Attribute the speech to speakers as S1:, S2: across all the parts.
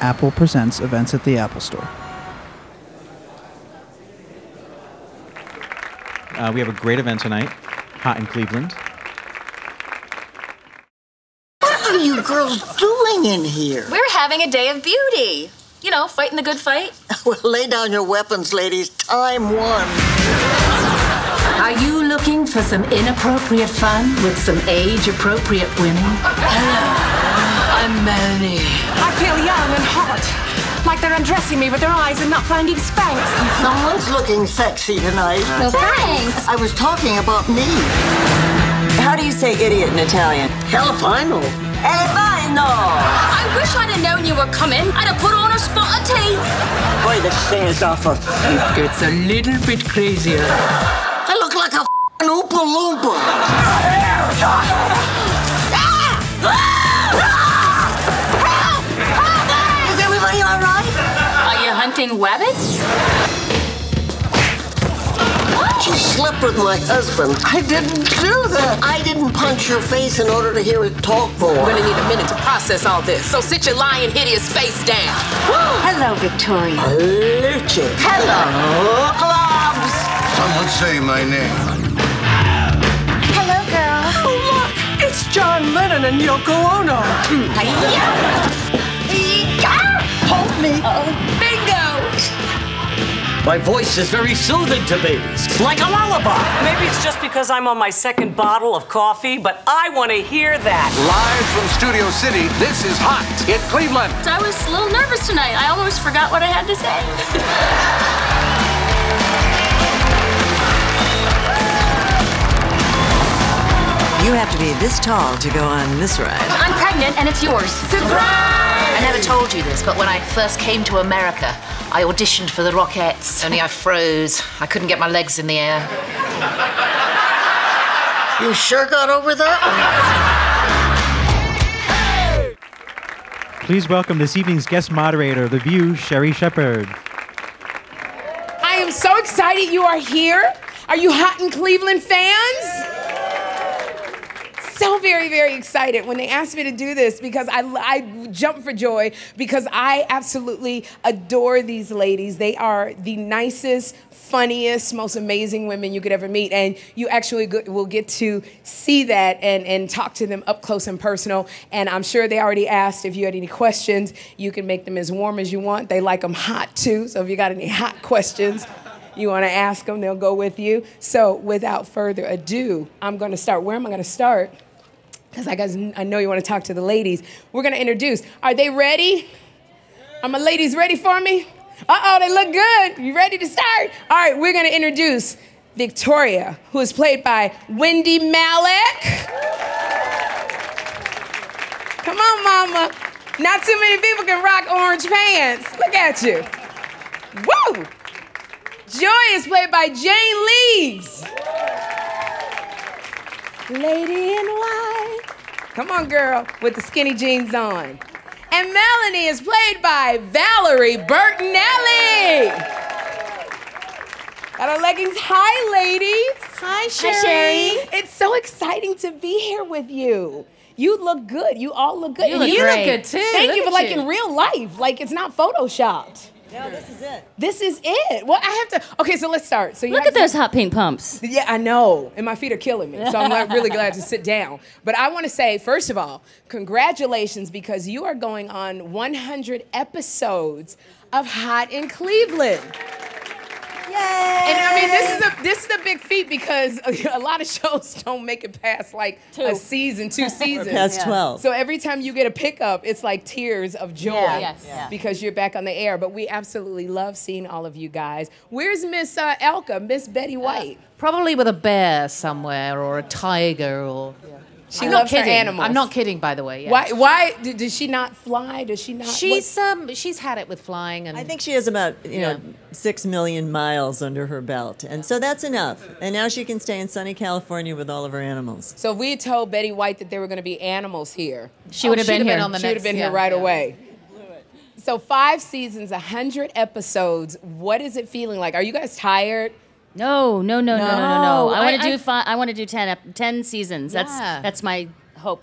S1: Apple Presents events at the Apple Store.
S2: Uh, we have a great event tonight, hot in Cleveland.
S3: What are you girls doing in here?
S4: We're having a day of beauty. You know, fighting the good fight.
S3: Well, lay down your weapons, ladies. Time one.
S5: Are you looking for some inappropriate fun with some age appropriate women? Hello, I'm Melanie.
S6: I feel young and hot. Like they're undressing me with their eyes and not finding spanks.
S3: Someone's looking sexy tonight.
S4: No thanks.
S3: I was talking about me.
S7: How do you say idiot in Italian?
S3: Hell if I know.
S7: Elefino!
S4: I wish I'd have known you were coming. I'd have put on a spot of tea.
S3: Boy, this stands off of.
S5: It gets a little bit crazier.
S3: I look like a f***ing Oompa Loompa.
S4: Is everybody all right? Are you hunting wabbits?
S3: She slept with my husband. I didn't do that. I didn't punch your face in order to hear it talk more.
S6: I'm gonna need a minute to process all this. So sit your lying, hideous face down.
S4: Hello, Victoria.
S3: Lucha. Hello, clubs.
S8: Someone say my name.
S4: Hello, girl.
S6: Oh look, it's John Lennon and Yoko Ono.
S3: Hold me.
S4: Bingo!
S9: My voice is very soothing to babies. It's like a lullaby.
S7: Maybe it's just because I'm on my second bottle of coffee, but I want to hear that.
S8: Live from Studio City, this is Hot in Cleveland.
S4: I was a little nervous tonight. I almost forgot what I had to say.
S7: You have to be this tall to go on this ride.
S4: I'm pregnant and it's yours.
S5: I never told you this, but when I first came to America, I auditioned for the Rockettes. Only I froze. I couldn't get my legs in the air.
S3: You sure got over that?
S2: Please welcome this evening's guest moderator of The View, Sherry Shepard.
S6: I am so excited you are here. Are you hot in Cleveland fans? So very, very excited when they asked me to do this because I, I jumped for joy because I absolutely adore these ladies. They are the nicest, funniest, most amazing women you could ever meet. And you actually go- will get to see that and, and talk to them up close and personal. And I'm sure they already asked if you had any questions. You can make them as warm as you want. They like them hot too. So if you got any hot questions, you want to ask them, they'll go with you. So, without further ado, I'm going to start. Where am I going to start? Because I guys, I know you want to talk to the ladies. We're going to introduce. Are they ready? Are my ladies ready for me? Uh oh, they look good. You ready to start? All right, we're going to introduce Victoria, who is played by Wendy Malik. Come on, mama. Not too many people can rock orange pants. Look at you. Woo! Joy is played by Jane Leaves. Lady in white. Come on, girl, with the skinny jeans on. And Melanie is played by Valerie Bertinelli. Got our leggings high, ladies. Hi, Sherry. It's so exciting to be here with you. You look good. You all look good. You
S5: look great.
S6: Thank
S5: Look
S6: you, but
S5: at
S6: like
S5: you.
S6: in real life, like it's not photoshopped.
S7: No, this is it.
S6: This is it. Well, I have to. Okay, so let's start. So you
S10: Look
S6: have
S10: at
S6: to-
S10: those hot pink pumps.
S6: Yeah, I know. And my feet are killing me. So I'm like really glad to sit down. But I want to say, first of all, congratulations because you are going on 100 episodes of Hot in Cleveland. And I mean, this is a this is a big feat because a lot of shows don't make it past like a season, two seasons.
S7: past Yeah.
S11: Oh.
S7: 12.
S6: So every time you get a pickup, it's like tears of joy
S10: Yeah, yes. Yeah.
S6: because you're back on the air. But we absolutely love seeing all of you guys. Where's Miss uh, Elka, Miss Betty White?
S5: Probably with a bear somewhere or a tiger or.
S6: She
S5: I'm
S6: loves
S5: not kidding.
S6: her animals.
S5: I'm not kidding, by the way. yeah.
S6: Why? Why did, did she not fly? Does she not? what-
S5: She's um she's had it with flying and
S7: I think she has about, you
S5: Yeah.
S7: know, six million miles under her belt. And so that's enough. And now she can stay in sunny California with all of her animals.
S6: so if we had told Betty White that there were going to be animals here, Oh,
S10: She would have
S5: she'd
S10: been
S5: have been
S10: here.
S5: on the
S6: she would have
S5: next-
S6: been
S5: yeah,
S6: here right
S5: yeah.
S6: away. So five seasons, a hundred episodes. What is it feeling like? Are you guys tired?
S10: no, no, no, no, no, no, no.
S5: No,
S10: I want
S5: I-
S10: to
S5: I-
S10: do fi- I want to do 10, ep- 10 seasons. That's
S5: Yeah.
S10: that's my hope.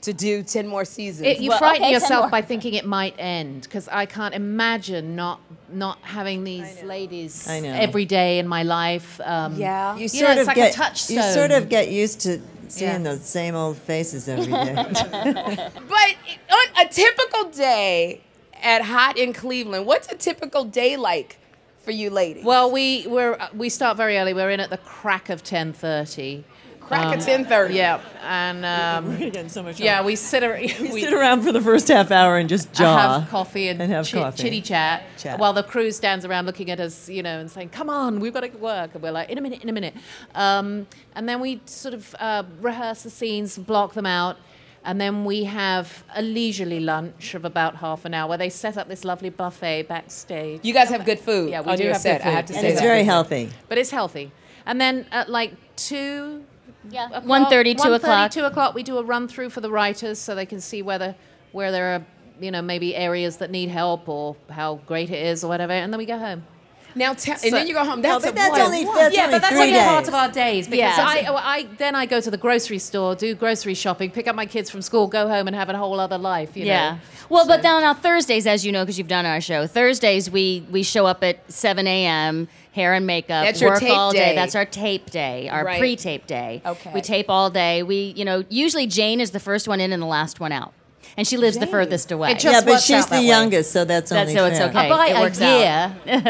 S6: to do 10 more seasons.
S11: It, you frighten yourself by thinking it might end because I can't imagine not not having these ladies
S7: I know.
S11: every day in my life. Um,
S6: Yeah.
S7: You
S11: you,
S7: sort
S11: know, it's
S7: of
S11: like
S7: get
S11: a touchstone.
S7: you sort of get used to seeing
S11: Yeah.
S7: those same old faces every day.
S6: But on a typical day at Hot in Cleveland, what's a typical day like for you ladies?
S11: Well, Oh, we we're, uh, we start very early. We're in at the crack of ten thirty.
S6: Crack of 10:30.
S11: um, Yeah, and um,
S7: We're getting so much.
S11: yeah, we sit ar- we,
S7: Sit around for the first half hour and just
S11: I
S7: jaw.
S11: have coffee and,
S7: have
S11: chi-
S7: coffee.
S11: chitty chat,
S7: Chat.
S11: while the crew stands around looking at us, you know, and saying, "Come on, we've got to work." And we're like, "In a minute, in a minute," um, and then we sort of uh, rehearse the scenes, block them out, and then we have a leisurely lunch of about half an hour where they set up this lovely buffet backstage.
S6: You guys have good food.
S11: yeah, we
S6: on
S11: do
S6: your
S11: have good
S6: set. I
S11: food.
S6: have to
S7: and
S6: say
S7: it's
S6: that.
S7: very healthy.
S11: but it's healthy. And then at like two.
S10: Yeah.
S11: o'clock-
S10: 1:30, 2
S11: 1:30,
S10: o'clock.
S11: Two o'clock. We do a run through for the writers, so they can see whether where there are you know maybe areas that need help or how great it is or whatever, and then we go home.
S6: Now tell, and then you go home. That's
S7: but
S6: a
S7: that's
S6: wild-
S7: only- that's
S11: yeah,
S7: only
S11: but that's
S7: three
S11: only part
S7: days.
S11: of our days because
S10: Yeah.
S11: I, oh, I then I go to the grocery store, do grocery shopping, pick up my kids from school, go home, and have a whole other life. You
S10: yeah.
S11: know?
S10: Well, but then on Thursdays, as you know, because you've done our show, Thursdays we we show up at 7 a.m. Hair and makeup.
S6: That's your
S10: work
S6: tape
S10: all day.
S6: day.
S10: That's our tape day, our
S6: Right.
S10: pre-tape day.
S6: Okay.
S10: We tape all day. We, you know, usually Jane is the first one in and the last one out, and she lives the furthest away.
S11: It
S7: Yeah,
S11: Just
S7: but
S11: works
S7: she's
S11: out that
S7: the
S11: way.
S7: youngest, so that's,
S10: That's
S7: only
S10: so it's
S7: fair.
S10: okay.
S11: By
S10: it
S11: a
S10: works
S11: year,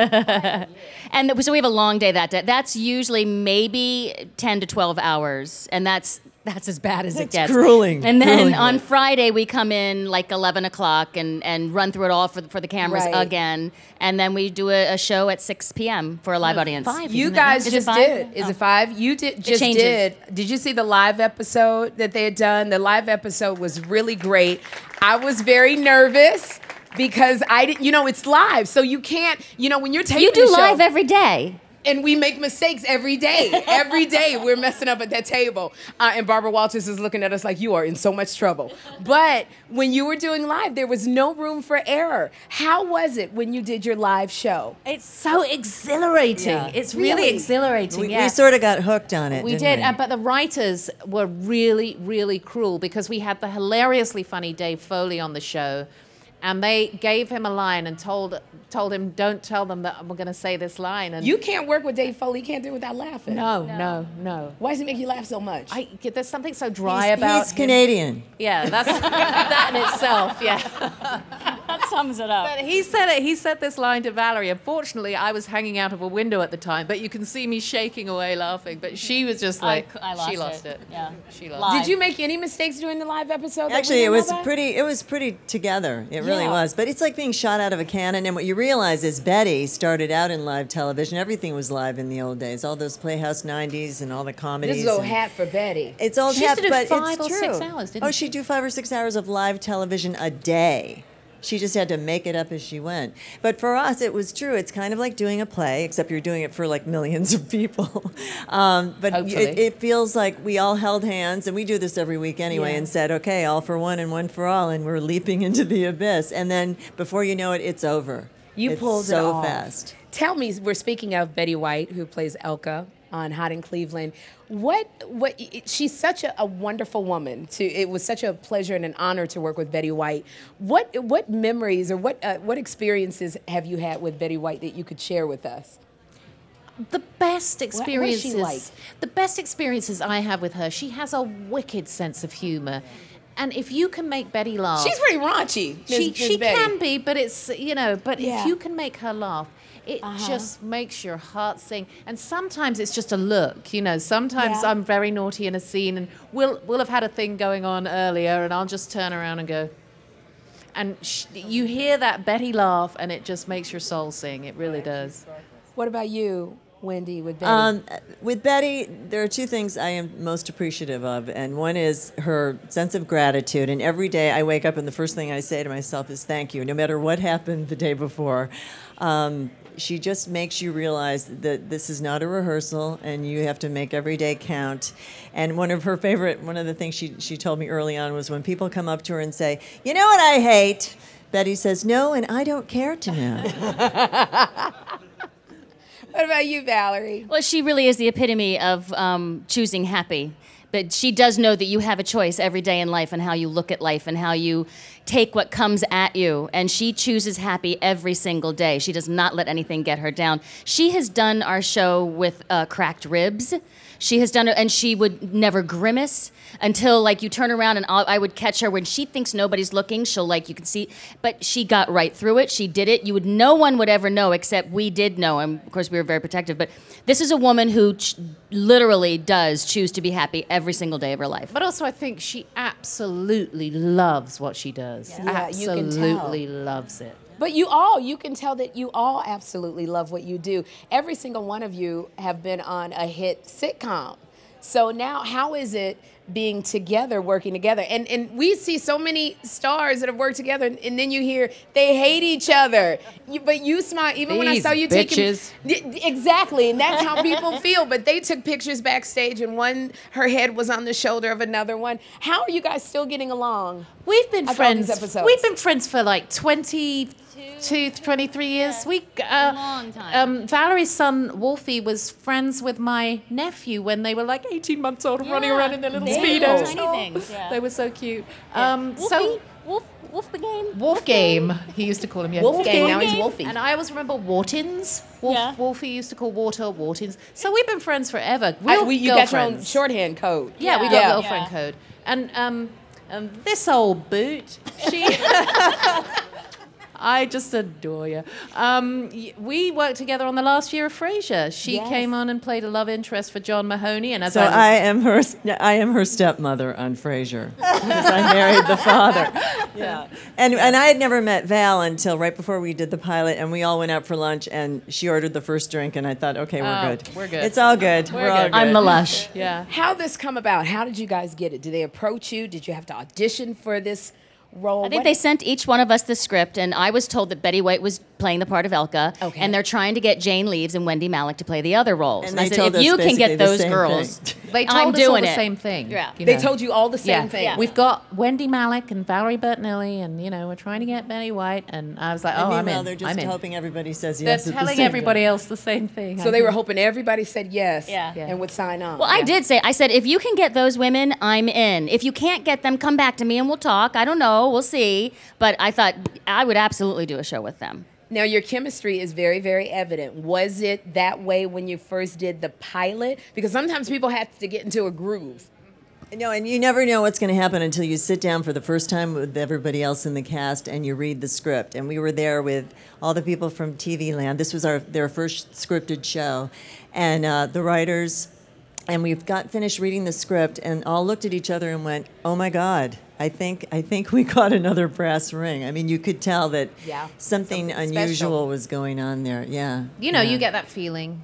S10: out. And th- so we have a long day that day. That's usually maybe 10 to 12 hours, and that's that's as bad as it
S7: That's
S10: gets.
S7: grueling,
S10: And then
S7: grueling.
S10: on Friday we come in like 11 o'clock and and run through it all for the, for the cameras
S6: Right.
S10: again, and then we do a, a show at 6 p.m. for a live audience.
S11: five.
S6: You
S11: isn't it?
S6: guys
S10: Is it
S6: just
S10: five?
S6: did. Is
S10: Oh.
S6: it five? You did just
S10: changes.
S6: did. Did you see the live episode that they had done? The live episode was really great. I was very nervous because I didn't. You know, it's live, so you can't. You know, when you're taking
S10: You do
S6: the show-
S10: live every day.
S6: and we make mistakes every day. Every day we're messing up at that table. Uh, and Barbara Walters is looking at us like, you are in so much trouble. But when you were doing live, there was no room for error. How was it when you did your live show?
S11: it's so exhilarating.
S7: Yeah.
S11: It's really,
S6: Really?
S11: exhilarating.
S7: We,
S11: yeah.
S7: we sort of got hooked on it.
S11: We
S7: didn't
S11: did,
S7: we?
S11: uh, but the writers were really, really cruel because we had the hilariously funny Dave Foley on the show, and they gave him a line and told told him, "Don't tell them that we're going to say this line." And
S6: You can't work with Dave Foley. You can't do it without laughing.
S11: no, no, no.
S6: Why does it make you laugh so much?
S11: I, there's something so
S7: He's,
S11: dry about
S7: he's
S11: him.
S7: Canadian.
S11: Yeah, that's that in itself. Yeah.
S10: That sums it up.
S11: But he said it. He said this line to Valerie. Unfortunately, I was hanging out of a window at the time, but you can see me shaking away laughing. But she was just like,
S10: cou- I lost
S11: she
S10: it.
S11: lost it.
S10: Yeah.
S11: she lost.
S10: Live.
S6: did you make any mistakes during the live episode? that we
S7: Actually, it
S6: didn't know
S7: was
S6: about?
S7: pretty. It was pretty together. It really
S6: Yeah.
S7: was. But it's like being shot out of a cannon. And what you realize is Betty started out in live television. Everything was live in the old days. All those Playhouse '90s and all the comedies.
S6: This is old
S7: and-
S6: hat for Betty.
S7: It's old
S11: She
S7: hat,
S11: used to do
S7: but
S11: five
S7: it's
S11: or
S7: true.
S11: six hours, didn't
S7: oh, she'd do five or six hours of live television a day. She just had to make it up as she went. But for us, it was true. It's kind of like doing a play, except you're doing it for like millions of people. Um, but it,
S11: Hopefully.
S7: it feels like we all held hands, and we do this every week anyway, and said, okay, all for one and one for all, and we're leaping into the abyss. And then before you know it, it's over.
S6: You
S7: it's
S6: pulled it
S7: so
S6: off.
S7: fast.
S6: Tell me, we're speaking of Betty White, who plays Elka on Hot in Cleveland. What, what, she's such a, a wonderful woman. To it was such a pleasure and an honor to work with Betty White. What, what memories or what, uh, what experiences have you had with Betty White that you could share with us?
S11: the best
S6: she
S11: experiences
S6: like?
S11: the best experiences i have with her she has a wicked sense of humor and if you can make betty laugh
S6: She's pretty raunchy. Ms.
S11: she,
S6: Ms.
S11: she
S6: Betty.
S11: can be but it's you know but
S6: Yeah. Uh-huh.
S11: if you can make her laugh it just makes your heart sing and sometimes it's just a look you know sometimes
S6: Yeah.
S11: i'm very naughty in a scene and we'll we'll have had a thing going on earlier and i'll just turn around and go and sh- you hear that betty laugh and it just makes your soul sing it really does
S6: What about you, Wendy, with Betty?
S7: Um, with Betty, there are two things I am most appreciative of, and one is her sense of gratitude. And every day I wake up, and the first thing I say to myself is "Thank you," no matter what happened the day before. Um, she just makes you realize that this is not a rehearsal, and you have to make every day count. And one of her favorite, one of the things she she told me early on was when people come up to her and say, "You know what I hate," Betty says, "No, and I don't care to know."
S6: what about you, Valerie?
S10: Well, she really is the epitome of um, choosing happy But she does know that you have a choice every day in life and how you look at life and how you take what comes at you. And she chooses happy every single day. She does not let anything get her down. She has done our show with uh, cracked ribs. She has done it, and she would never grimace until like you turn around and i I would catch her when she thinks nobody's looking. She'll like you can see, but she got right through it. She did it. You would no one would ever know except we did know, and of course we were very protective. But this is a woman who ch- literally does choose to be happy every single day of her life.
S11: But also, I think she absolutely loves what she does.
S6: Yeah, you can tell.
S11: absolutely loves it.
S6: But you all, you can tell that you all absolutely love what you do. Every single one of you have been on a hit sitcom. So now, how is it being together, working together? And and we see so many stars that have worked together, and, and then you hear they hate each other. You, but you smile even when I
S11: These
S6: saw you
S11: bitches.
S6: taking Y- exactly, and that's how people feel. But they took pictures backstage, and one her head was on the shoulder of another one. How are you guys still getting along?
S11: We've been
S6: I've got all these
S11: friends.
S6: episodes.
S11: We've been friends for like 22, 23 years. we uh, long time. Um, Valerie's son Wolfie was friends with my nephew when they were like eighteen months old, and running around in their little
S10: they were
S11: speedos.
S10: tiny things, yeah.
S11: They were so cute. Um,
S10: Wolfie?
S11: so.
S10: Wolf, wolf game.
S11: Wolf game, he used to call him. Yeah,
S6: Wolf game, now he's Wolfie.
S11: And I always remember Whartons. Wolf,
S10: Yeah.
S11: Wolfie used to call water Whartons. So we've been friends forever.
S6: I-
S11: Real
S6: we- you got your own
S11: girlfriends.
S6: shorthand code.
S11: Yeah, we got
S6: Yeah.
S11: girlfriend code. And um, um, this old boot, she. I just adore you. Um, y- we worked together on the last year of Frasier. She
S7: Yes.
S11: came on and played a love interest for John Mahoney, and as
S7: So I
S11: I,
S7: am her. I am her stepmother on Frasier because I married the father. Yeah. And and I had never met Val until right before we did the pilot, and we all went out for lunch, and she ordered the first drink, and I thought, okay, we're
S11: Oh,
S7: good.
S11: we're good.
S7: It's all good.
S11: We're
S7: We're, all
S11: good.
S7: good.
S11: I'm the
S10: lush.
S11: yeah,
S6: How this come about? How did you guys get it? Did they approach you? Did you have to audition for this role?
S10: I think they sent each one of us the script, and I was told that Betty White was playing the part of Elka,
S6: Okay.
S10: and they're trying to get Jane Leaves and Wendy Malick to play the other roles.
S7: And
S10: I
S7: they
S10: said,
S7: told
S10: if
S7: us
S10: you can
S7: basically
S10: get
S7: the
S10: those
S7: same
S10: girls,
S11: they told
S10: I'm
S11: us all
S10: doing
S11: the
S10: it.
S11: same thing.
S10: Yeah.
S6: They told you all the same
S11: yeah.
S6: thing.
S11: Yeah. We've got Wendy Malick and Valerie Bertinelli, and you know we're trying to get Betty White, and I was like,
S7: And
S11: oh, I'm
S7: meanwhile,
S11: in.
S7: they're just
S11: I'm in.
S7: hoping everybody says
S11: They're
S7: yes. at the
S11: telling
S7: same
S11: everybody
S7: time.
S11: else the same thing.
S6: so they were hoping everybody said yes
S10: Mm-hmm. Yeah.
S6: and would sign on.
S10: Well, I did say, I said, if you can get those women, I'm in. If you can't get them, come back to me and we'll talk. I don't know, we'll see. But I thought I would absolutely do a show with them.
S6: Now, your chemistry is very, very evident. Was it that way when you first did the pilot? Because sometimes people have to get into a groove.
S7: No, and you never know what's going to happen until you sit down for the first time with everybody else in the cast and you read the script. And we were there with all the people from TV Land. This was our their first scripted show, and uh, the writers. And we've got finished reading the script, and all looked at each other and went, "Oh my God, I think I think we got another brass ring." I mean, you could tell that
S6: Yeah,
S7: something,
S6: something
S7: unusual
S6: special.
S7: was going on there. Yeah,
S11: you know,
S7: yeah.
S11: you get that feeling.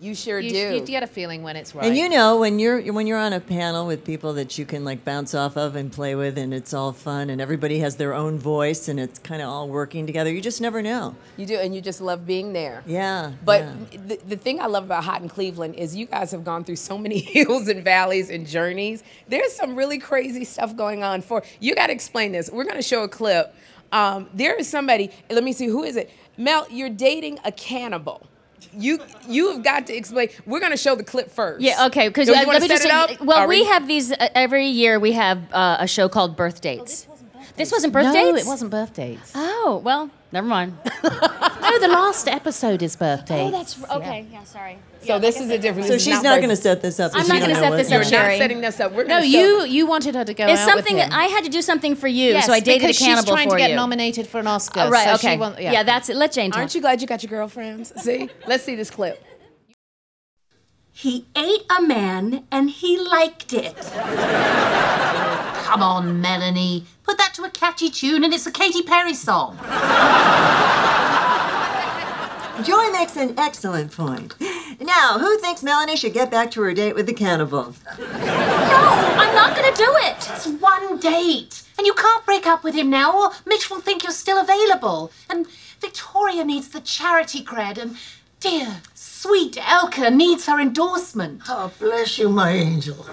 S6: You sure
S11: You,
S6: do.
S11: you get a feeling when it's right.
S7: And you know when you're when you're on a panel with people that you can like bounce off of and play with, and it's all fun, and everybody has their own voice, and it's kind of all working together. You just never know.
S6: You do, and you just love being there.
S7: Yeah.
S6: But
S7: yeah.
S6: the, the thing I love about Hot in Cleveland is you guys have gone through so many hills and valleys and journeys. There's some really crazy stuff going on. For you got to explain this. We're going to show a clip. Um, there is somebody. Let me see who is it. Mel, you're dating a cannibal. You you have got to explain. We're going to show the clip first.
S10: Yeah, okay. Because
S6: Do you
S10: uh,
S6: wanna
S10: let me
S6: set
S10: just
S6: it
S10: say-
S6: up?
S10: well,
S6: Are
S10: we have these uh, every year. We have uh, a show called Birth Dates. this wasn't birth
S11: no,
S10: dates?
S11: it wasn't birth dates. Oh,
S10: Oh, well, never mind.
S11: no, the last episode is birth dates.
S10: Oh, okay. Yeah, sorry.
S6: So this is a different.
S7: so
S6: this is
S7: she's not
S6: very-
S7: going to set this up.
S10: I'm
S7: so
S10: not
S7: you don't
S10: gonna
S7: know
S10: set
S7: what-
S10: this
S7: yeah.
S10: up,
S6: You're
S10: Sherry.
S6: not setting this up. We're
S11: No,
S6: going to
S11: you you wanted her to go
S10: It's
S11: out with
S10: something
S11: him.
S10: that I had to do something for you,
S11: yes,
S10: so I dated a
S11: because
S10: cannibal
S11: she's trying
S10: for
S11: to get
S10: you.
S11: nominated for an Oscar.
S10: Oh, right.
S11: so
S10: okay.
S11: She won-
S10: yeah. that's it. Let Jane talk.
S6: Aren't you glad you got your girlfriends? See, let's see this clip.
S4: He ate a man and he liked it. Come on, Melanie. Put that to a catchy tune and it's a Katy Perry song.
S7: Joy makes an excellent point. Now, who thinks Melanie should get back to her date with the cannibal?
S4: No, I'm not gonna do it. It's one date. And you can't break up with him now, or Mitch will think you're still available. And Victoria needs the charity cred, and dear, sweet Elka needs her endorsement.
S3: Oh, bless you, my angel.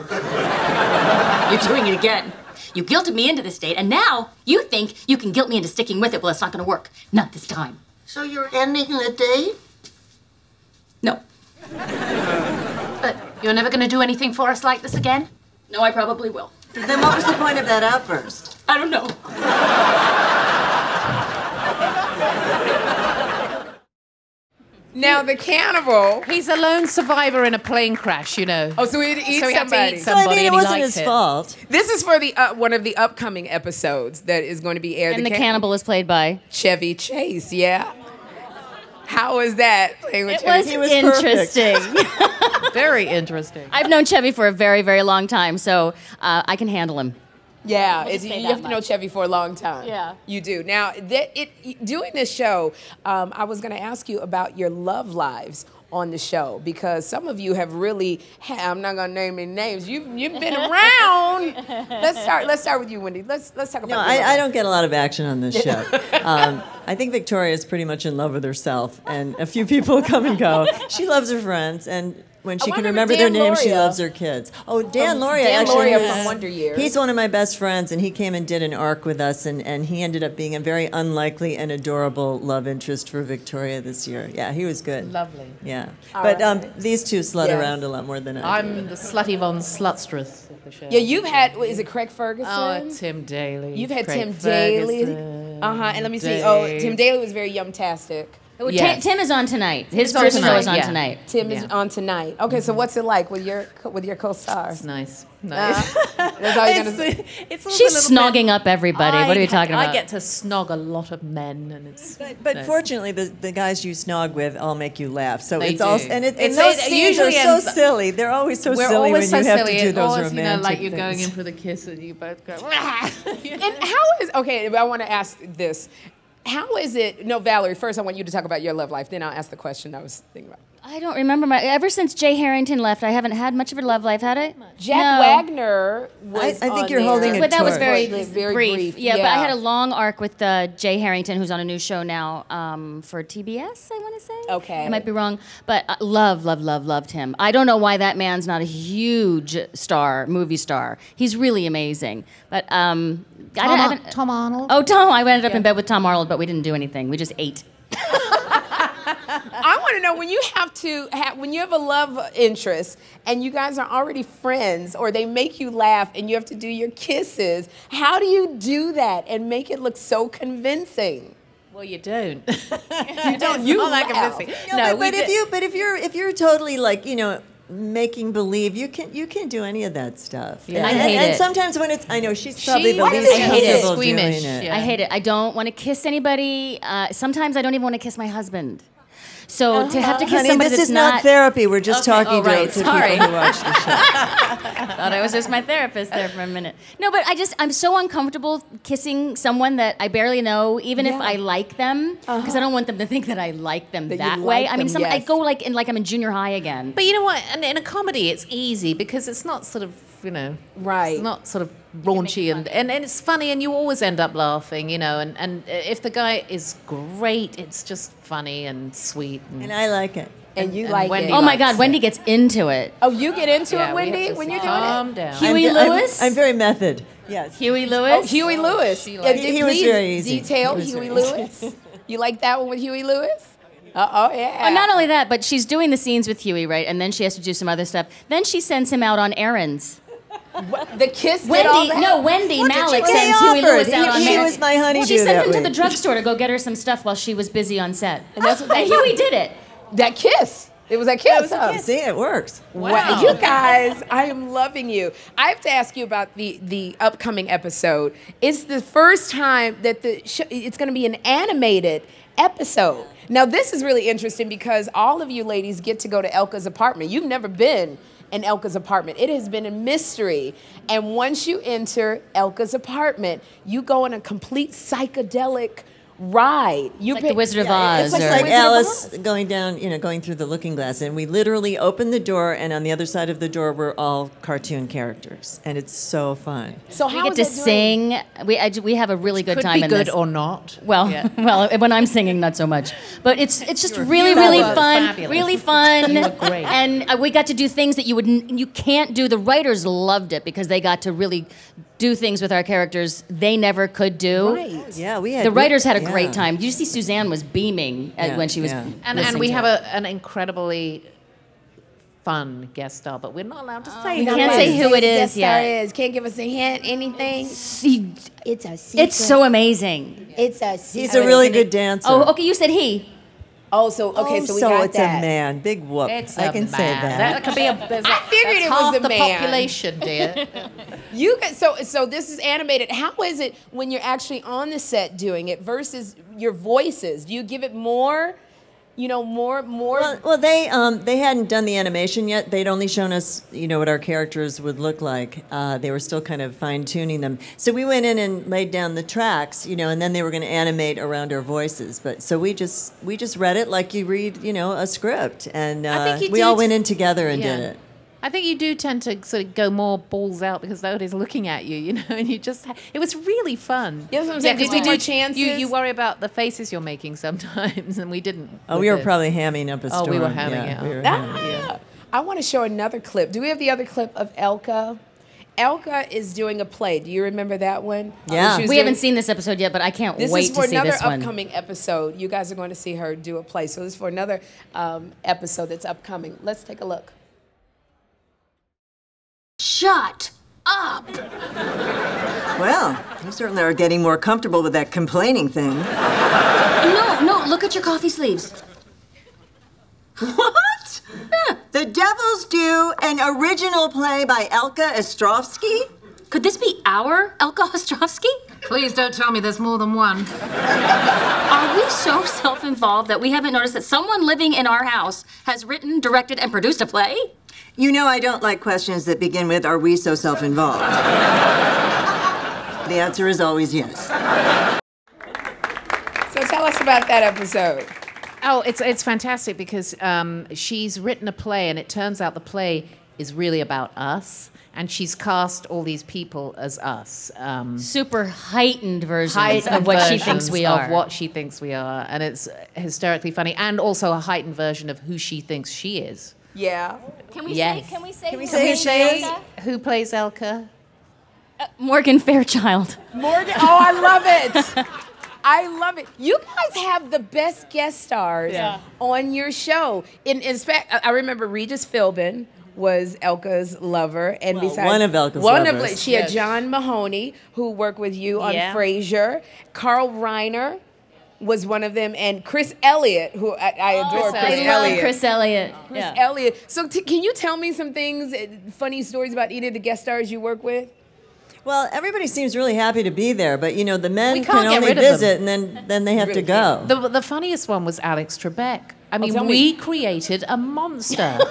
S4: You're doing it again. You guilted me into this date, and now you think you can guilt me into sticking with it. Well, it's not gonna work. Not this time.
S3: So you're ending the date?
S4: No. but you're never gonna do anything for us like this again?
S12: No, I probably will.
S3: Then what was the point of that outburst?
S12: I don't know.
S6: Now the cannibal.
S11: He's a lone survivor in a plane crash, you know.
S6: Oh, so he had to eat
S11: so he had to
S6: somebody.
S11: eat somebody and he liked it.
S6: This is for the uh, one of the upcoming episodes that is going to be aired.
S10: And the cannibal is played by
S6: Chevy Chase. Yeah. How was that? Playing with
S10: It
S6: Chevy
S10: was,
S6: Chase?
S10: interesting.
S11: very interesting.
S10: I've known Chevy for a very, very long time, so uh, I can handle him.
S6: Yeah,
S11: We'll
S6: it's,
S11: just
S6: you
S11: say
S6: have
S11: that
S6: to know Chevy for a long time.
S11: Yeah.
S6: you do. Now, that it doing this show, um, I was going to ask you about your love lives on the show because some of you have really. ha- I'm not going to name any names. You you've been around. let's start. Let's start with you, Wendy. Let's let's talk about.
S7: No,
S6: your love
S7: I, I
S6: life.
S7: don't get a lot of action on this show. Um, I think Victoria is pretty much in love with herself, and a few people come and go. She loves her friends, and when
S6: I
S7: she can
S6: wonder if
S7: remember their
S6: Dan
S7: names, she
S6: Loria-
S7: loves her kids. Oh, Dan
S6: Oh,
S7: Loria,
S6: Dan
S7: actually,
S6: Loria
S7: is-
S6: from Wonder Years.
S7: He's one of my best friends, and he came and did an arc with us, and, and he ended up being a very unlikely and adorable love interest for Victoria this year. Yeah, he was good.
S11: Lovely.
S7: Yeah,
S11: All
S7: but um,
S11: right.
S7: these two slut
S11: Yes.
S7: around a lot more than I. do.
S11: I'm the slutty von slutstress of the show.
S6: Yeah, you've had. what, Is it Craig Ferguson?
S11: Oh, Tim Daly.
S6: You've had
S11: Craig
S6: Tim Daly.
S11: Ferguson.
S6: Uh huh. And let me see.
S11: Dave.
S6: Oh, Tim Daly was very yumtastic.
S10: Well, Ti- Tim is on tonight. His
S6: It's on
S10: first show
S6: tonight,
S10: is on
S6: yeah.
S10: tonight.
S6: Tim is on tonight. Okay, so what's it like with your co- with your co-star? It's
S11: nice. Uh,
S6: Nice. that's all you're gonna say.
S10: She's snogging up everybody. what are you talking about?
S11: I get to snog a lot of men, and it's.
S7: But, But fortunately, the, the guys you snog with all make you laugh. So
S11: They
S7: it's all
S11: do.
S7: and, it,
S11: It's-
S7: and those
S11: it
S7: scenes are
S11: usually
S7: so
S11: ends-
S7: silly. They're always so
S11: We're
S7: silly when
S11: always
S7: you
S11: so
S7: have
S11: silly.
S7: to do
S11: It's
S7: those
S11: always,
S7: romantic
S11: you know, like you're going
S7: things.
S11: in for the kiss, and you both go.
S6: and how is okay? I want to ask this. How is it? No, Valerie. First, I want you to talk about your love life. Then I'll ask the question I was thinking about.
S10: I don't remember my. Ever since Jay Harrington left, I haven't had much of her love life, had I?
S6: Jack
S10: No.
S6: Wagner was.
S10: I- I think
S6: on
S10: you're holding
S6: there.
S10: a But that was torch. very
S6: very
S10: brief.
S6: brief.
S10: Yeah, but I had a long arc with uh, Jay Harrington, who's on a new show now um, for TBS, I want to say.
S6: Okay.
S10: I might be wrong, but uh, love, love, love, loved him. I don't know why that man's not a huge star, movie star. He's really amazing. But um, I, don't- I
S11: Tom Ar-
S10: haven't.
S11: Tom Arnold.
S10: Oh, Tom! I ended up
S11: Yeah.
S10: in bed with Tom Arnold, but we didn't do anything. We just ate.
S6: I want to know when you have to have when you have a love interest and you guys are already friends or they make you laugh and you have to do your kisses. How do you do that and make it look so convincing?
S11: Well, you don't.
S6: you don't. You
S11: not that
S6: laugh.
S11: convincing.
S7: No, but, but if you but if you're if you're totally like you know making believe, you can you can't do any of that stuff.
S10: Yeah. I
S7: And,
S10: hate
S7: and
S10: it.
S7: sometimes when it's I know she's probably the
S10: Why do
S7: least
S10: they hate it?
S7: comfortable doing it.
S10: I hate it. I don't want to kiss anybody. Uh, sometimes I don't even want to kiss my husband. So to have to kiss
S7: Honey,
S10: somebody
S7: this
S10: that's
S7: is not, therapy. We're just
S10: Okay,
S7: talking
S10: oh, right,
S7: to, to
S10: sorry.
S7: people who watch the show.
S10: Thought I was just my therapist there for a minute. No, but I just I'm so uncomfortable kissing someone that I barely know, even if
S11: Yeah.
S10: I like them, because I don't want them to think that I like them that,
S11: you
S10: way.
S11: like
S10: I mean,
S11: them,
S10: some I
S11: yes.
S10: go like in like I'm in junior high again.
S11: But you know what? And in a comedy, it's easy because it's not sort of you know right. It's not sort of raunchy and, and and it's funny, and you always end up laughing, you know. And and if the guy is great, it's just funny and sweet. And,
S7: And I like it.
S6: And you
S10: oh my God, Wendy gets into it.
S6: Oh, you get into
S10: Yeah,
S6: it,
S10: we have
S6: Wendy,
S10: to
S6: when
S10: sit
S6: you're doing
S10: calm
S6: it.
S10: down.
S7: I'm
S10: Huey
S7: ve- I'm-
S10: Lewis?
S7: I'm, very method. Yes.
S10: Huey Lewis.
S6: Oh, Huey Lewis.
S7: She
S6: Yeah,
S7: liked it. He was
S6: please
S7: very easy.
S6: Detail
S7: He was
S6: Huey
S7: very easy.
S6: Lewis. you like that one with Huey Lewis? Uh oh, yeah.
S10: Oh, not only that, but she's doing the scenes with Huey, right? And then she has to do some other stuff. Then she sends him out on errands.
S6: The kiss. did all
S10: Wendy,
S6: that?
S10: no, Wendy
S6: What did you
S10: Malik
S6: get?
S10: sends
S6: They
S10: Huey
S6: offered.
S10: Lewis out
S6: He-
S10: on
S6: he
S10: errands.
S6: was my
S7: honeydew
S10: Well, she sent
S7: that
S10: him to the
S7: week.
S10: drugstore to go get her some stuff while she was busy on set.
S6: And that's what
S10: and
S6: they-
S10: Huey did it.
S6: That kiss. It was that kiss. huh?
S7: See, it works.
S6: Wow. you guys, I am loving you. I have to ask you about the the upcoming episode. It's the first time that the sh- it's going to be an animated episode. Now this is really interesting because all of you ladies get to go to Elka's apartment. You've never been in Elka's apartment. It has been a mystery. And once you enter Elka's apartment, you go on a complete psychedelic ride. You
S10: like The Wizard of Oz
S7: It's like,
S10: or-
S7: like
S10: Wizard of
S7: Alice going down, you know, going through the looking glass, and we literally open the door, and on the other side of the door, we're all cartoon characters, and it's so fun.
S6: So
S10: we
S6: how
S10: get
S6: is
S10: to
S6: it doing?
S10: sing. We I, we have a really good
S11: could
S10: time
S11: be
S10: in
S11: good
S10: this.
S11: or not.
S10: Well,
S11: Yeah.
S10: well, when I'm singing, not so much. But it's it's just really,
S11: fabulous.
S10: really fun,
S11: Fabulous.
S10: really fun.
S11: You were great.
S10: And uh, we got to do things that you would n- you can't do. The writers loved it because they got to really do things with our characters they never could do.
S7: Right. Yeah, we had-
S10: the writers had a great
S7: yeah.
S10: time. You see, Suzanne was beaming at,
S7: Yeah,
S10: when she was
S7: yeah.
S11: and and
S10: listening
S11: we
S10: to
S11: have
S10: it.
S11: a, an incredibly fun guest star, but we're not allowed to say
S10: You
S11: that.
S10: can't say who it is
S6: yes,
S10: yet.
S6: There is. Can't give us a hint. Anything. It's a secret.
S10: It's so amazing.
S6: It's a secret.
S7: He's a really good dancer.
S10: Oh, okay. You said he.
S6: Oh, so okay,
S7: Oh,
S6: so we got
S7: it's
S6: that.
S7: a man. Big whoop.
S6: It's
S7: I
S6: a
S7: can say
S6: man.
S7: that.
S11: could be a. there's
S6: I
S11: a-
S6: figured
S11: that's
S6: it was
S11: half
S6: a
S11: the
S6: man.
S11: population, dear.
S6: You guys, so so this is animated. How is it when you're actually on the set doing it versus your voices? Do you give it more, you know, more more?
S7: Well, well, they um, they hadn't done the animation yet. They'd only shown us, you know, what our characters would look like. Uh, they were still kind of fine tuning them. So we went in and laid down the tracks, you know, and then they were going to animate around our voices. But so we just we just read it like you read, you know, a script, and uh,
S11: think you
S7: we all
S11: did-
S7: went in together and
S11: Yeah.
S7: did it.
S11: I think you do tend to sort of go more balls out because nobody's looking at you, you know, and you just, ha- it was really fun.
S6: Yeah, that's what I'm saying,
S11: 'cause
S6: just more
S11: You,
S6: chances.
S11: you worry about the faces you're making sometimes, and we didn't.
S7: Oh,
S11: with
S7: we were
S11: this.
S7: probably hamming up a
S11: Oh,
S7: storm.
S11: we were hamming
S7: yeah,
S11: it
S7: we
S11: up.
S7: were
S6: Ah!
S7: hamming-
S6: I want to show another clip. Do we have the other clip of Elka? Elka is doing a play. Do you remember that one?
S10: Yeah.
S6: She was
S10: We
S6: doing-
S10: haven't seen this episode yet, but I can't
S6: This
S10: wait
S6: is for
S10: to see
S6: another
S10: this one.
S6: upcoming episode. You guys are going to see her do a play. So this is for another um, episode that's upcoming. Let's take a look.
S4: Shut up!
S7: Well, you certainly are getting more comfortable with that complaining thing.
S4: No, no, look at your coffee sleeves.
S7: What? The Devils Do an original play by Elka Ostrovsky?
S4: Could this be our Elka Ostrovsky?
S12: Please don't tell me there's more than one.
S4: Are we so self involved that we haven't noticed that someone living in our house has written, directed, and produced a play?
S7: You know, I don't like questions that begin with, are we so self involved? the answer is always yes.
S6: So tell us about that episode.
S11: Oh, it's it's fantastic because um, she's written a play, and it turns out the play is really about us, and she's cast all these people as us. Um,
S10: Super heightened versions
S11: heightened
S10: of what she
S11: versions
S10: thinks we are.
S11: Of what she thinks we are, and it's hysterically funny, and also a heightened version of who she thinks she is.
S6: Yeah.
S10: Can
S11: we say- Yes. can
S10: we say?
S11: Can we say who plays Elka?
S10: Morgan Fairchild.
S6: Morgan, oh, I love it. I love it. You guys have the best guest stars
S11: Yeah.
S6: on your show. In, in fact, I- I remember Regis Philbin was Elka's lover, and besides
S7: one of Elka's
S6: one of
S7: lovers.
S6: li- she had
S7: Yes.
S6: John Mahoney who worked with you on
S11: Yeah.
S6: Frasier. Carl Reiner was one of them, and Chris Elliott, who I, I adore.
S10: I
S6: Chris
S10: love
S6: Elliott.
S10: Chris Elliott.
S6: Chris
S10: Yeah.
S6: Elliott. So, t- can you tell me some things, uh, funny stories about either the guest stars you work with?
S7: Well, everybody seems really happy to be there, but you know, the men
S11: We
S7: can
S11: can't get
S7: only
S11: rid of them.
S7: visit and then, then they have to go.
S11: The, the funniest one was Alex Trebek. I mean,
S6: Oh, tell
S11: we
S6: me.
S11: created a monster.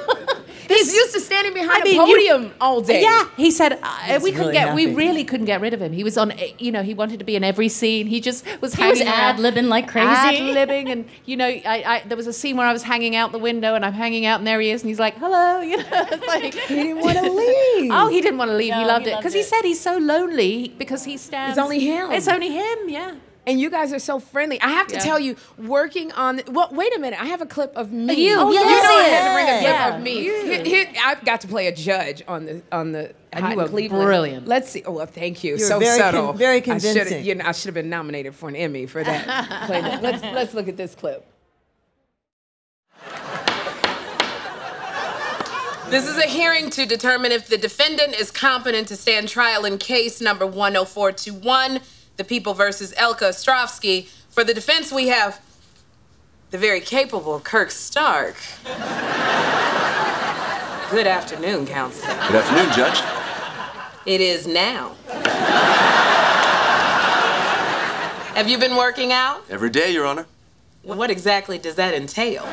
S6: He's used to standing behind
S11: mean,
S6: a
S11: you-
S6: podium all day.
S11: Yeah, he said uh, we couldn't
S7: really
S11: get, we
S7: happy.
S11: really couldn't get rid of him. He was on, uh, you know, he wanted to be in every scene. He just was
S10: He was
S11: hanging around.
S10: ad-libbing like crazy.
S11: ad-libbing, and you know, I, I there was a scene where I was hanging out the window, and I'm hanging out, and there he is, and he's like, "Hello," you know, it's like.
S6: He didn't want to leave.
S11: Oh, he didn't want to leave. he
S10: No,
S11: loved
S10: he
S11: it
S10: loved
S11: because he
S10: it.
S11: said he's so lonely because he stands.
S6: It's only him.
S11: It's only him. Yeah.
S6: and you guys are so friendly. I have to
S11: Yeah.
S6: tell you, working on. Well, wait a minute. I have a clip of me.
S10: You,
S6: Oh,
S10: yes.
S6: you know I had to
S10: Yes.
S6: bring a clip
S11: Yeah.
S6: of me. Here- here- I've got to play a judge on the on the.
S11: And
S6: Hot
S11: you
S6: in
S11: were
S6: Cleveland.
S11: brilliant.
S6: Let's see. Oh, well, thank you.
S7: You were
S6: so
S7: very con-
S6: subtle.
S7: very
S6: I should've-
S7: convincing.
S6: you know, I should have been nominated for an Emmy for that. Play that. let's let's look at this clip. This is a hearing to determine if the defendant is competent to stand trial in case number 10421, the people versus Elka Ostrovsky. For the defense, we have the very capable Kirk Stark. Good afternoon, counsel.
S8: Good afternoon, Judge.
S6: It is now. Have you been working out?
S8: Every day, Your Honor.
S6: What exactly does that entail?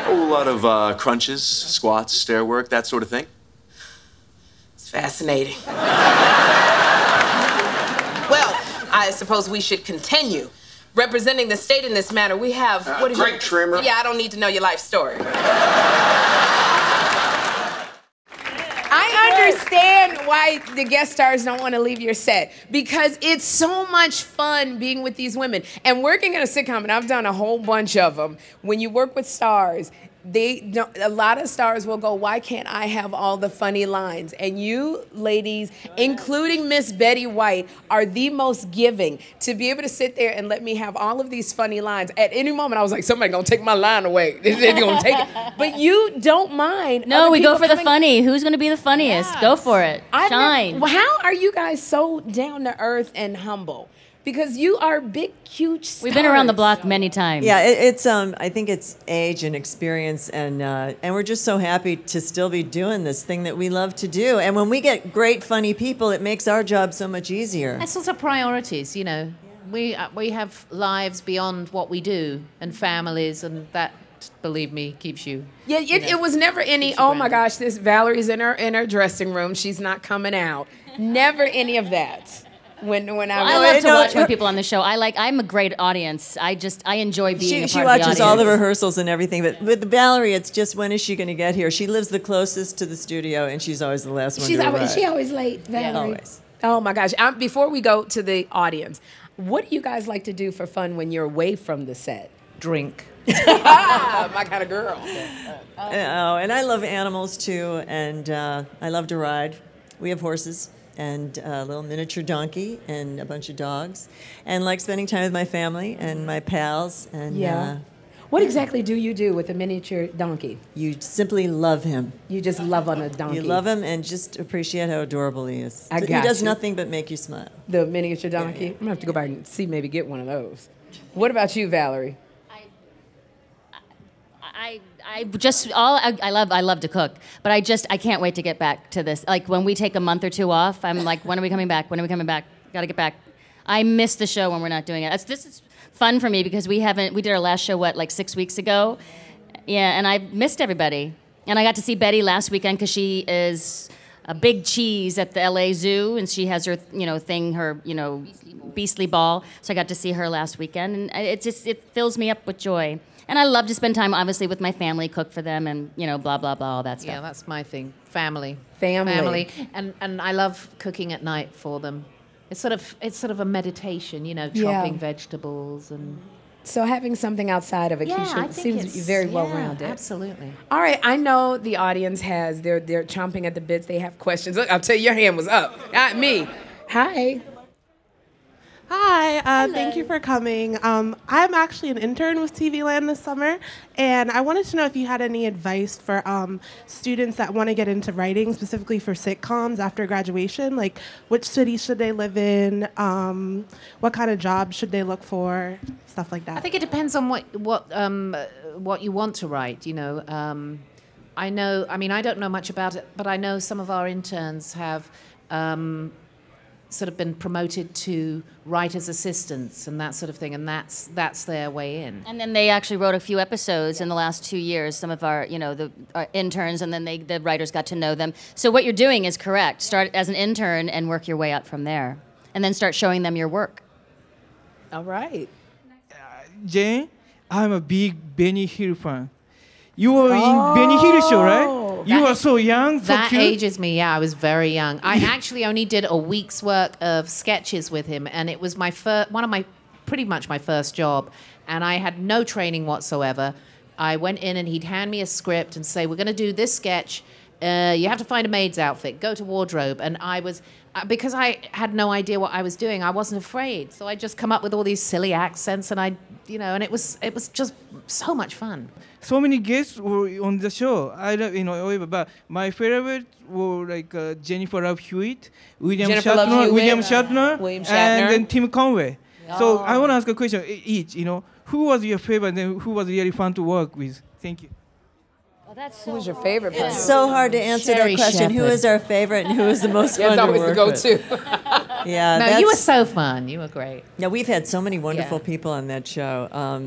S8: A whole lot of uh, crunches, squats, stair work, that sort of thing.
S6: It's fascinating. well, I suppose we should continue. Representing the state in this matter, we have
S8: Uh,
S6: what is
S8: Greg
S6: your,
S8: Trimmer.
S6: Yeah, I don't need to know your life story. I understand why the guest stars don't want to leave your set because it's so much fun being with these women and working in a sitcom. And I've done a whole bunch of them. When you work with stars, they don't, a lot of stars will go why can't i have all the funny lines and you ladies
S10: Oh,
S6: including miss betty white are the most giving to be able to sit there and let me have all of these funny lines at any moment i was like somebody gonna take my line away they're gonna take it but you don't mind
S10: No,
S6: other
S10: Oh, we go
S6: people
S10: for the
S6: coming-
S10: funny. Who's going to be the funniest? Go for it.
S6: I've never-
S10: Shine.
S6: well, how are you guys so down to earth and humble because you are big huge stars.
S10: We've been around the block many times.
S7: Yeah, it, it's um, I think it's age and experience, and uh, and we're just so happy to still be doing this thing that we love to do. And when we get great, funny people, it makes our job so much easier.
S11: It's also priorities, you know. We uh, we have lives beyond what we do and families, and that, believe me, keeps you.
S6: Yeah, it, it was never any. Oh my gosh, this Valerie's in her in her dressing room. She's not coming out. Never any of that. When when I,
S10: I love to watch when people on the show. I like. I'm a great audience. I just I enjoy being.
S7: She,
S10: a part
S7: she
S10: of
S7: watches
S10: the
S7: all the
S10: audience.
S7: rehearsals and everything, but with Valerie, it's just when is she going to get here? She lives the closest to the studio, and she's always the last one.
S6: She's
S7: to
S6: always,
S7: arrive.
S6: she always late. Valerie.
S7: Always.
S6: Oh my gosh! Um, before we go to the audience, what do you guys like to do for fun when you're away from the set?
S11: Drink.
S6: ah, my kind of girl.
S7: Oh, and I love animals too, and uh, I love to ride. We have horses and a little miniature donkey and a bunch of dogs, and like spending time with my family and my pals. And
S6: Yeah.
S7: uh,
S6: What exactly do you do with a miniature donkey?
S7: you simply love him.
S6: You just love on a donkey.
S7: You love him and just appreciate how adorable he is.
S6: I
S7: he
S6: got
S7: does
S6: you.
S7: nothing but make you smile.
S6: the miniature donkey. I'm gonna have to go back and see maybe get one of those. What about you, Valerie?
S10: I, I just all I, I love I love to cook, but I just I can't wait to get back to this. Like when we take a month or two off, I'm like, when are we coming back? When are we coming back? Got to get back. I miss the show when we're not doing it. That's, this is fun for me because we haven't we did our last show what like six weeks ago, yeah, and I missed everybody. And I got to see Betty last weekend because she is a big cheese at the LA Zoo, and she has her you know thing her you know beastly ball. So I got to see her last weekend, and I- it just it fills me up with joy. And I love to spend time obviously with my family, cook for them, and you know blah blah blah all that stuff.
S11: Yeah, that's my thing. Family.
S10: Family.
S11: Family. And and I love cooking at night for them. It's sort of it's sort of a meditation, you know,
S6: Yeah.
S11: chopping vegetables and
S6: So having something outside of it keeps you- seems very well rounded.
S11: Absolutely.
S6: All right, I know the audience has they're they're chomping at the bits. They have questions. Look, I'll tell you, your hand was up, not me. Hi.
S13: Hi, uh, thank you for coming. Um, I'm actually an intern with TV Land this summer, and I wanted to know if you had any advice for um, students that want to get into writing, specifically for sitcoms after graduation. Like, which city should they live in? Um, what kind of job should they look for? Stuff like that.
S11: I think it depends on what what um, uh, what you want to write. You know, um, I know. I mean, I don't know much about it, but I know some of our interns have um, sort of been promoted to writers' assistants and that sort of thing, and that's that's their way in.
S10: And then they actually wrote a few episodes in the last two years. Some of our, you know, the our interns, and then they, the writers got to know them. So what you're doing is correct. Start as an intern and work your way up from there, and then start showing them your work.
S6: All right.
S14: Jane, I'm a big Benny Hill fan. You were in Benny Hill show, right? You were so young, so
S11: Oh. that
S14: cute.
S11: ages me. Yeah, I was very young. I actually only did a week's work of sketches with him, and it was my first, one of my, pretty much my first job, and I had no training whatsoever. I went in, and he'd hand me a script and say, "We're going to do this sketch. Uh, you have to find a maid's outfit. Go to wardrobe." And I was, uh, because I had no idea what I was doing, I wasn't afraid. So I just come up with all these silly accents, and I, you know, and it was, it was just so much fun.
S14: so many guests were on the show. I love you know, however, but my favorite were like uh, Jennifer Love Hewitt, William
S13: Jennifer Love
S14: Shatner,
S13: Hewitt,
S14: William
S13: uh,
S14: Shatner,
S13: William Shatner.
S14: and then Tim Conway. So
S13: Oh.
S14: I want to ask a question e- each. You know, who was your favorite and who was really fun to work with? Thank you.
S6: Who was your favorite?
S7: It's so hard to answer that question. Who is our favorite and who is the most
S6: Yeah,
S7: fun
S6: it's
S7: to
S6: always the
S7: work
S6: go-to.
S7: with? yeah,
S11: no,
S7: that's-
S11: you were so fun. You were great.
S7: Yeah, we've had so many wonderful
S11: Yeah.
S7: people on that show. Um,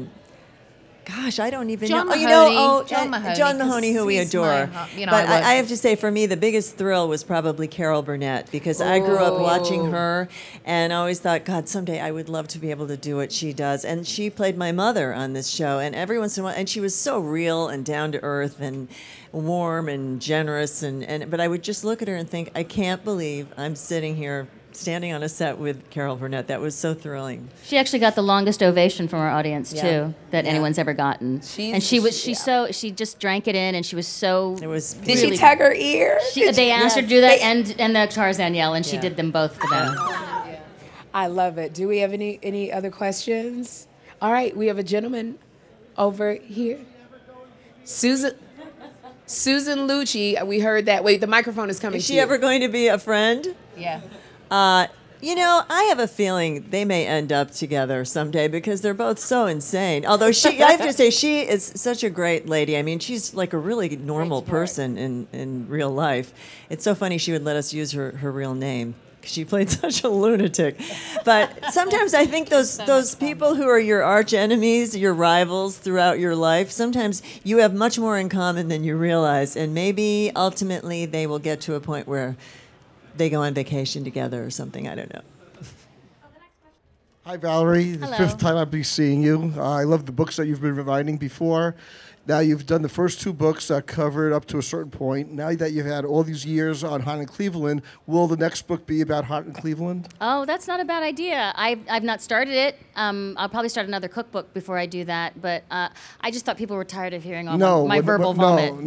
S7: gosh, I don't even
S11: John
S7: know. Oh, you
S11: Mahoney,
S7: know, oh,
S11: John
S7: uh,
S11: Mahoney,
S7: John
S11: 'cause
S7: Mahoney, who we
S11: he's
S7: adore.
S11: my, uh, you know,
S7: but
S11: I work
S7: I, have to say, for me, the biggest thrill was probably Carol Burnett because I grew up
S11: Oh.
S7: watching her and I always thought, God, someday I would love to be able to do what she does. And she played my mother on this show, and every once in a while, and she was so real and down to earth and warm and generous. And, and but I would just look at her and think, I can't believe I'm sitting here standing on a set with Carol Burnett. That was so thrilling.
S10: She actually got the longest ovation from our audience
S7: Yeah.
S10: too that
S7: Yeah.
S10: anyone's ever gotten. and she was she so she just drank it in and she was so. It
S7: was.
S6: Did she tug her ear?
S10: She,
S6: Did
S10: they
S6: she-
S10: asked her to do that and and the Tarzan yell and she did them both for them.
S6: I love it. Do we have any any other questions? All right, we have a gentleman over here. Susan Susan Lucci, we heard that. Wait, the microphone is coming
S7: Is
S6: to
S7: she
S6: you.
S7: ever going to be a friend?
S6: Yeah.
S7: Uh, you know, I have a feeling they may end up together someday because they're both so insane. Although she, I have to say, she is such a great lady. I mean, she's like a really normal person in, in real life. It's so funny she would let us use her, her real name because she played such a lunatic. But sometimes I think those those people who are your arch enemies, your rivals throughout your life, sometimes you have much more in common than you realize, and maybe ultimately they will get to a point where they go on vacation together or something. I don't know.
S15: Hi, Valerie. The
S7: Hello.
S15: fifth time I'll be seeing you. Uh, I love the books that you've been providing before. Now you've done the first two books that covered up to a certain point. Now that you've had all these years on Hot in Cleveland, will the next book be about Hot in Cleveland?
S10: Oh, that's not a bad idea. I've, I've not started it. Um, I'll probably start another cookbook before I do that. But uh, I just thought people were tired of hearing all
S15: no,
S10: my, my
S15: we're-
S10: verbal
S15: we're- no,
S10: vomit.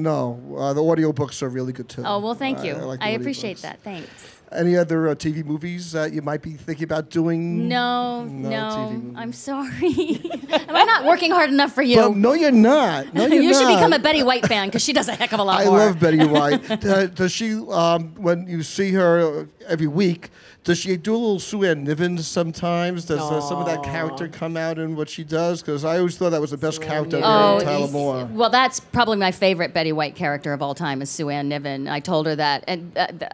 S15: No, Uh, the audio books are really good too.
S10: Oh well, thank you. I,
S15: like the audiobooks.
S10: appreciate that. Thanks.
S15: Any other uh, TV movies that you might be thinking about doing?
S10: No, no,
S15: TV movies.
S10: I'm sorry. Am I not working hard enough for you?
S15: But no, you're not. No, you're
S10: you should
S15: not.
S10: become a Betty White fan because she does a heck of a lot
S15: I
S10: more.
S15: love Betty White. Uh, does she, um, when you see her every week, does she do a little Sue Ann Niven sometimes? Does uh, some of that character come out in what she does? Because I always thought that was the best character
S10: Oh,
S15: in Tyler
S10: it's-
S15: Moore.
S10: well, that's probably my favorite Betty White character of all time is Sue Ann Niven. I told her that, and uh, th-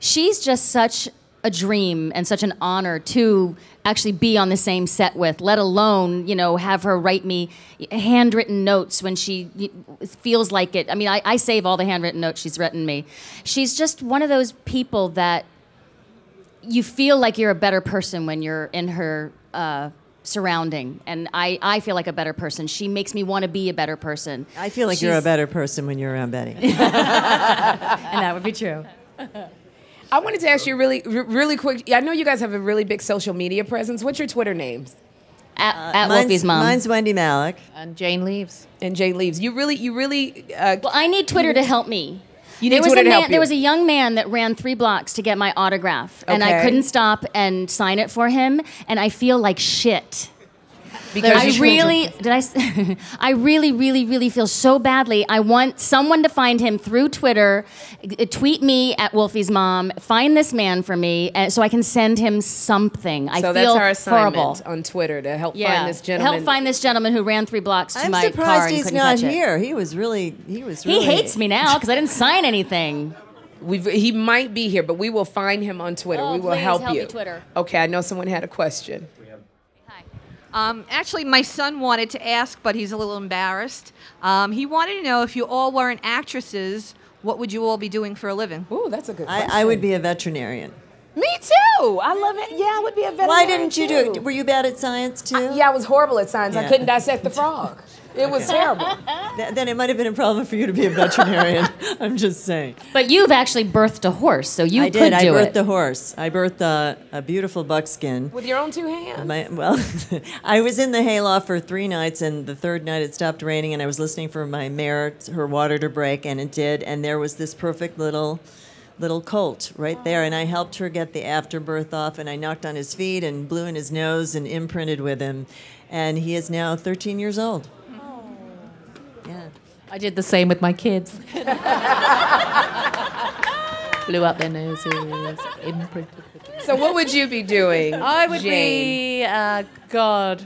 S10: she's just such a dream and such an honor to actually be on the same set with. Let alone, you know, have her write me handwritten notes when she y- feels like it. I mean, I, I save all the handwritten notes she's written me. She's just one of those people that you feel like you're a better person when you're in her uh, surrounding and I, I feel like a better person she makes me want to be a better person
S7: I feel like you're a
S10: She's-
S7: better person when you're around Betty.
S10: and that would be true
S6: I wanted to ask you really r- really quick. I know you guys have a really big social media presence. What's your Twitter names?
S10: At,
S7: at mine's- Wolfie's mom. mine's
S6: Wendy Malik.
S11: And Jane Leaves.
S6: And Jane Leaves. You really you really uh,
S10: Well, I need Twitter to help me.
S6: You need
S10: there was
S6: Twitter
S10: a
S6: to
S10: man,
S6: help you.
S10: There was a young man that ran three blocks to get my autograph, and I
S6: Okay.
S10: couldn't stop and sign it for him, and I feel like shit.
S6: Because you
S10: I
S6: should-
S10: really did. I, s- I really, really, really feel so badly. I want someone to find him through Twitter, g- tweet me at Wolfie's mom, find this man for me, and so I can send him something. I feel
S6: so that's our assignment
S10: horrible.
S6: on Twitter to help
S10: Yeah,
S6: find this gentleman.
S10: help find this gentleman who ran three blocks to
S7: I'm
S10: my car
S7: surprised
S10: and
S7: he's
S10: couldn't
S7: not
S10: catch it.
S7: here. He was really, he was
S10: He
S7: really.
S10: hates me now because I didn't sign anything.
S6: We've, he might be here, but we will find him on Twitter.
S16: Oh,
S6: we will
S16: please
S6: help,
S16: help me
S6: you.
S16: Twitter.
S6: Okay, I know someone had a question.
S16: Um, actually, my son wanted to ask, but he's a little embarrassed. Um, he wanted to know if you all weren't actresses, what would you all be doing for a living?
S6: Ooh, that's a good
S7: I, I would be a veterinarian.
S6: Me too. I love it. Yeah, I would be a veterinarian.
S7: Why didn't you do
S6: too.
S7: it? Were you bad at science too?
S10: Uh,
S6: yeah, I was horrible at science. I
S7: Yeah.
S6: couldn't dissect the frog. It was terrible.
S7: Th- then it might have been a problem for you to be a veterinarian. I'm just saying.
S10: But you've actually birthed a horse, so you
S7: I
S10: could
S7: did. I
S10: do
S7: birthed
S10: it.
S7: a horse. I birthed a, a beautiful buckskin.
S6: With your own two hands.
S7: My, well, I was in the hayloft for three nights, and the third night it stopped raining, and I was listening for my mare, her water to break, and it did, and there was this perfect little, little colt right there, and I helped her get the afterbirth off, and I knocked on his feet and blew in his nose and imprinted with him, and he is now 13 years old.
S6: Oh.
S7: Yeah.
S11: I did the same with my kids. Blew up their noses, imprinted.
S6: So what would you be doing?
S11: I would
S6: Jane?
S11: be, uh, God,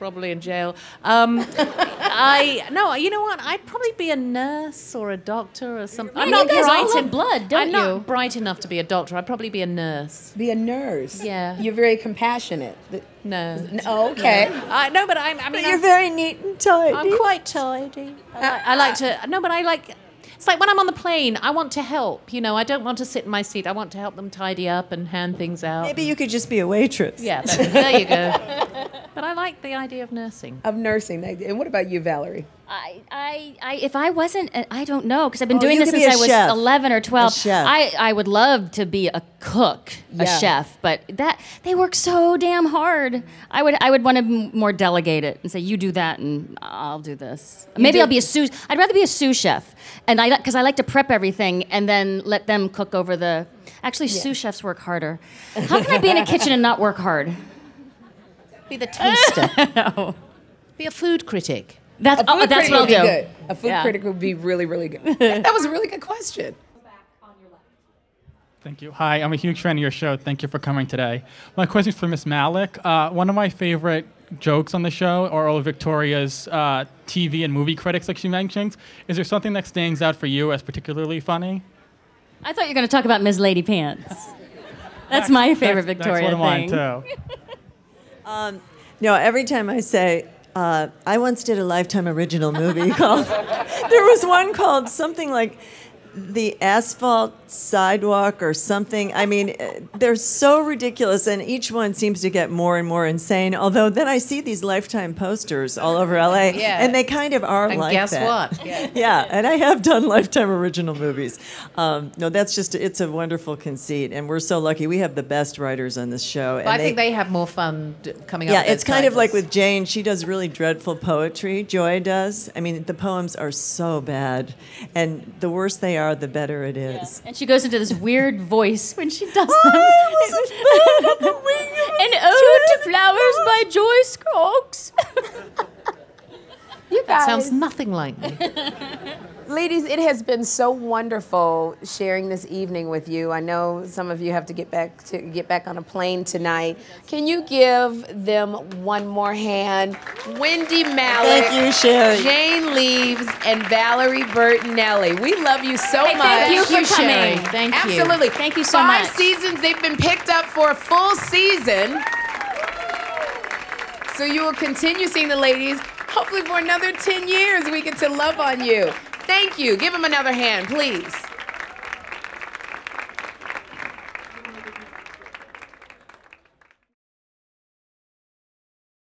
S11: probably in jail. Um, I no, you know what? I'd probably be a nurse or a doctor or something.
S10: Man, you guys all love blood, don't
S11: I'm not
S10: you?
S11: bright enough to be a doctor. I'd probably be a nurse.
S6: Be a nurse.
S11: Yeah.
S6: You're very compassionate.
S11: No.
S6: Oh, okay.
S11: No. I, no, but I'm. I mean, I'm-
S7: neat and tidy.
S11: I'm quite tidy. I like, I like to. No, but I like. It's like when I'm on the plane, I want to help. You know, I don't want to sit in my seat. I want to help them tidy up and hand things out.
S7: Maybe you could just be a waitress.
S11: Yeah, there, there you go. But I like the idea of nursing.
S6: Of nursing. And what about you, Valerie?
S10: I, I, I, if I wasn't, and I don't know, because I've been
S6: Oh,
S10: doing
S6: you
S10: this
S6: could be
S10: since I
S6: a
S10: was
S6: chef.
S10: 11 or 12.
S6: A chef.
S10: I, I would love to be a cook,
S6: Yeah.
S10: a chef, but that they work so damn hard. I would, I would want to more delegate it and say, you do that, and I'll do this.
S11: You
S10: Maybe
S11: did-
S10: I'll be a sous. I'd rather be a sous chef, and I, because I like to prep everything and then let them cook over the. Actually, sous chefs work harder. How can I be in a kitchen and not work hard?
S11: Be the taster. Be a food critic.
S10: That's,
S6: A food
S10: oh, that's
S6: critic
S10: what I'll
S6: would be
S10: do.
S6: good. A food
S10: Yeah.
S6: critic would be really, really good. that was a really good question.
S17: Thank you. Hi, I'm a huge fan of your show. Thank you for coming today. My question is for Miss Malik. Uh, one of my favorite jokes on the show are all of Victoria's uh, TV and movie critics, like she mentions. Is there something that stands out for you as particularly funny?
S10: I thought you were going to talk about Ms. Lady Pants. That's my favorite
S17: That's-
S10: Victoria
S17: that's one of
S10: thing.
S17: mine too.
S7: Um, no, every time I say, uh, I once did a Lifetime original movie called, there was one called something like The Asphalt Sidewalk or something. I mean, eh, they're so ridiculous, and each one seems to get more and more insane. Although then I see these Lifetime posters all over LA,
S5: Yeah.
S7: and they kind of are
S5: And
S7: like
S5: guess
S7: that.
S5: what? Yeah.
S7: yeah, and I have done Lifetime original movies. Um, no, that's just, it's a wonderful conceit, and we're so lucky. We have the best writers on this show.
S11: But
S7: and
S11: I think they have more fun d- coming
S7: yeah,
S11: up. with
S7: it's
S11: those
S7: kind of
S11: titles.
S7: like with Jane. She does really dreadful poetry. Joy does. I mean, the poems are so bad, and the worse they are, the better it is.
S10: And she goes into this weird voice when she does them. An ode to flowers by Joyce Cox.
S6: You
S11: That sounds nothing like me.
S6: Ladies, it has been so wonderful sharing this evening with you. I know some of you have to get back to get back on a plane tonight. Can you give them one more hand? Wendy Malik,
S7: Thank you, Sherry.
S6: Jane Leaves, and Valerie Burtonelli. We love you so
S11: Hey,
S6: much.
S11: thank you Thank for you, Sherry. coming. Thank you.
S6: Absolutely.
S11: Thank you so
S6: Five
S11: much.
S6: seasons. They've been picked up for a full season. So you will continue seeing the ladies, hopefully for another 10 years, we get to love on you. Thank you. Give them another hand, please.